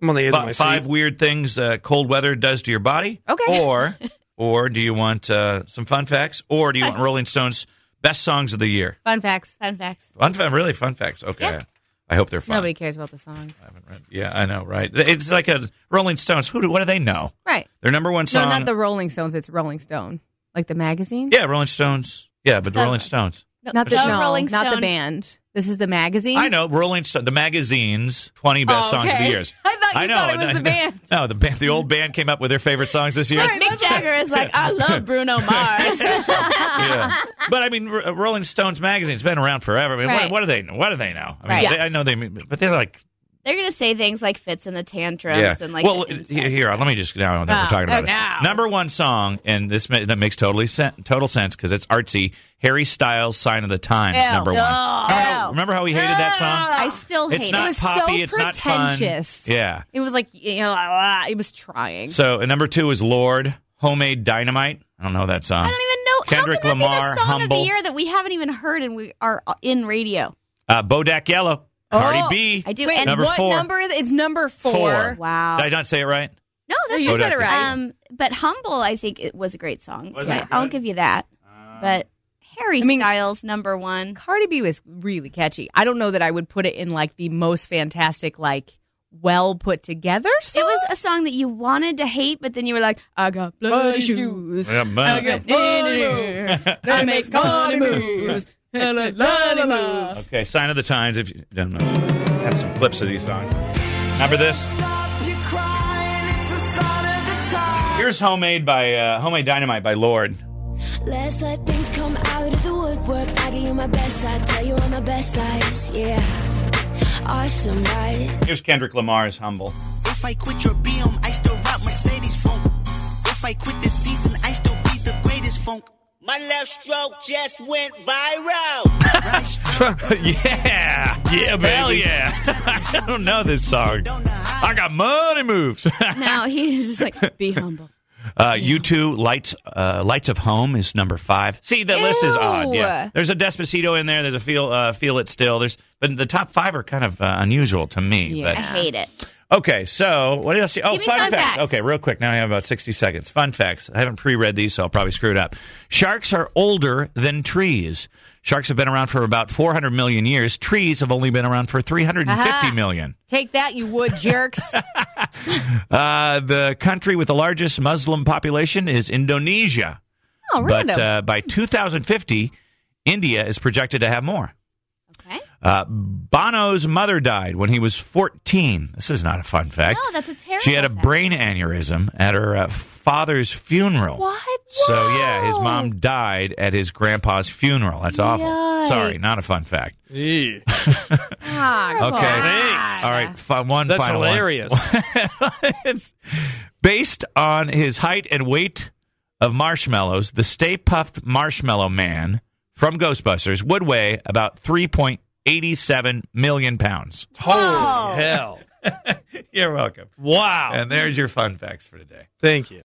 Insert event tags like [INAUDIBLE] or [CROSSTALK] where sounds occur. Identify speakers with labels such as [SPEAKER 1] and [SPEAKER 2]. [SPEAKER 1] I'm on the edge of my
[SPEAKER 2] Fi- five
[SPEAKER 1] seat.
[SPEAKER 2] weird things uh, cold weather does to your body.
[SPEAKER 3] Okay.
[SPEAKER 2] [LAUGHS]
[SPEAKER 3] [LAUGHS]
[SPEAKER 2] Or, or do you want uh, some fun facts? Or do
[SPEAKER 3] [LAUGHS]
[SPEAKER 2] you want Rolling Stones' best songs of the year?
[SPEAKER 3] Fun facts. Fun facts.
[SPEAKER 2] Fun, fa- really fun facts. Okay. I hope they're fun.
[SPEAKER 3] Nobody cares about the songs.
[SPEAKER 2] I haven't read- Yeah, I know, right? It's like a Rolling Stones. Who do? What do they know?
[SPEAKER 3] Right.
[SPEAKER 2] Their number one
[SPEAKER 3] No,
[SPEAKER 2] song.
[SPEAKER 3] not the Rolling Stones. It's Rolling Stone, like the magazine.
[SPEAKER 2] yeah, Rolling Stones. Yeah, but the Rolling Stones.
[SPEAKER 3] Not the
[SPEAKER 2] No,
[SPEAKER 3] no,
[SPEAKER 4] Rolling Stone.
[SPEAKER 3] not the band. This is the magazine.
[SPEAKER 2] I know Rolling Stone. The magazine's twenty best
[SPEAKER 3] Oh,
[SPEAKER 2] songs of the
[SPEAKER 3] okay.
[SPEAKER 2] years.
[SPEAKER 3] [LAUGHS] I thought you
[SPEAKER 2] I know.
[SPEAKER 3] thought it was the band.
[SPEAKER 2] [LAUGHS] No, the band. The old band came up with their favorite songs this year.
[SPEAKER 4] Mick
[SPEAKER 2] [LAUGHS]
[SPEAKER 4] Jagger is like, I love Bruno [LAUGHS] Mars.
[SPEAKER 2] yeah. But I mean, R- uh, Rolling Stones magazine's been around forever. I mean,
[SPEAKER 4] Right.
[SPEAKER 2] what, what do they? What do they know? I mean,
[SPEAKER 4] Right.
[SPEAKER 2] they, I know they, but they're like,
[SPEAKER 4] They're gonna say things like fits in the tantrums and like.
[SPEAKER 2] well,
[SPEAKER 4] the insects.
[SPEAKER 2] here, here, let me just now that
[SPEAKER 4] Oh,
[SPEAKER 2] we're talking about
[SPEAKER 4] now.
[SPEAKER 2] it. Number one song, and this ma- that makes totally sen- total sense because it's artsy. Harry Styles, "Sign of the Times,"
[SPEAKER 3] Ew.
[SPEAKER 2] number one. Oh, remember how we hated that song?
[SPEAKER 3] I still hate
[SPEAKER 2] It's
[SPEAKER 3] it.
[SPEAKER 2] not
[SPEAKER 3] it was
[SPEAKER 2] poppy.
[SPEAKER 3] so
[SPEAKER 2] it's not fun.
[SPEAKER 3] pretentious.
[SPEAKER 2] Yeah.
[SPEAKER 3] It was like you know, ah, it was trying.
[SPEAKER 2] So and number two is "Lord," "Homemade Dynamite." I don't know that song.
[SPEAKER 4] I don't e even know.
[SPEAKER 2] Kendrick
[SPEAKER 4] how can that
[SPEAKER 2] Lamar,
[SPEAKER 4] be the song of
[SPEAKER 2] Humble.
[SPEAKER 4] the year that we haven't even heard and we are in radio.
[SPEAKER 2] Uh, Bodak Yellow, Cardi
[SPEAKER 3] Oh,
[SPEAKER 2] B.
[SPEAKER 4] I do.
[SPEAKER 3] Wait,
[SPEAKER 4] and
[SPEAKER 2] Number
[SPEAKER 3] what
[SPEAKER 2] four.
[SPEAKER 3] number is it? It's number four.
[SPEAKER 2] Four.
[SPEAKER 4] wow.
[SPEAKER 2] Did I not say it right?
[SPEAKER 4] no, that's
[SPEAKER 3] You
[SPEAKER 4] what-
[SPEAKER 2] said it
[SPEAKER 3] right.
[SPEAKER 4] Um, but humble, I think it was a great song.
[SPEAKER 2] Was
[SPEAKER 4] So
[SPEAKER 2] it? Um,
[SPEAKER 4] I'll
[SPEAKER 2] Good.
[SPEAKER 4] give you that. But Harry
[SPEAKER 3] I mean-
[SPEAKER 4] Styles, number one.
[SPEAKER 3] Cardi B was really catchy. I don't know that I would put it in like the most fantastic, like well put together.
[SPEAKER 4] It
[SPEAKER 3] Song.
[SPEAKER 4] was a song that you wanted to hate, but then you were like, I got bloody shoes.
[SPEAKER 2] Yeah,
[SPEAKER 4] Oh,
[SPEAKER 3] I
[SPEAKER 2] but-
[SPEAKER 3] got money moves. I make money moves. Hello, money moves.
[SPEAKER 2] Okay, sign of the times. If you don't know, have some clips of these songs. Remember this? Here's homemade by uh, homemade dynamite by Lord.
[SPEAKER 5] Let's let things come out of the woodwork. I give you my best side, tell you all my best lies. Yeah, awesome, right?
[SPEAKER 2] Here's Kendrick Lamar's [LAUGHS] humble.
[SPEAKER 6] If I quit your BM, I still rock Mercedes funk. If I quit this season, I still be the greatest funk. My left stroke just went viral.
[SPEAKER 2] yeah, yeah, hell yeah! [LAUGHS] I don't know this song. I got money moves. [LAUGHS]
[SPEAKER 4] Now he's just like, be humble.
[SPEAKER 2] Uh, U two lights uh, lights of home is number five. See the list is odd. Yeah,
[SPEAKER 3] Ew.
[SPEAKER 2] there's a Despacito in there. There's a feel uh, feel it still. There's but the top five are kind of uh, unusual to me.
[SPEAKER 3] Yeah.
[SPEAKER 2] But
[SPEAKER 4] I [LAUGHS] hate it.
[SPEAKER 2] Okay, so what else? do you- oh,
[SPEAKER 4] Give me
[SPEAKER 2] fun,
[SPEAKER 4] fun
[SPEAKER 2] facts.
[SPEAKER 4] facts.
[SPEAKER 2] Okay, real quick. Now I have about 60 seconds. Fun facts. I haven't pre read these, so I'll probably screw it up. Sharks are older than trees. Sharks have been around for about 400 million years. Trees have only been around for 350
[SPEAKER 3] Aha.
[SPEAKER 2] million.
[SPEAKER 3] Take that, you wood jerks.
[SPEAKER 2] Uh, the country with the largest Muslim population is Indonesia.
[SPEAKER 3] Oh, random.
[SPEAKER 2] But uh, by
[SPEAKER 4] Hmm.
[SPEAKER 2] 2050, India is projected to have more.
[SPEAKER 4] Okay.
[SPEAKER 2] Uh, Bono's mother died when he was 14. This is not a fun fact.
[SPEAKER 4] No, that's a terrible
[SPEAKER 2] She had a
[SPEAKER 4] fact.
[SPEAKER 2] brain aneurysm at her uh, father's funeral.
[SPEAKER 4] What?
[SPEAKER 2] So yeah, his
[SPEAKER 4] Wow.
[SPEAKER 2] mom died at his grandpa's funeral. That's awful.
[SPEAKER 4] Yikes.
[SPEAKER 2] Sorry, not a fun fact.
[SPEAKER 1] Eee.
[SPEAKER 3] Ah,
[SPEAKER 2] Okay.
[SPEAKER 1] Thanks.
[SPEAKER 2] All right, fi- one
[SPEAKER 1] That's
[SPEAKER 2] final one.
[SPEAKER 1] hilarious.
[SPEAKER 2] [LAUGHS] It's based on his height and weight of marshmallows, the Stay Puffed Marshmallow Man from Ghostbusters would weigh about 3.87 million pounds.
[SPEAKER 1] Holy hell.
[SPEAKER 2] You're welcome.
[SPEAKER 1] Wow.
[SPEAKER 2] And there's your fun facts for today.
[SPEAKER 1] Thank you.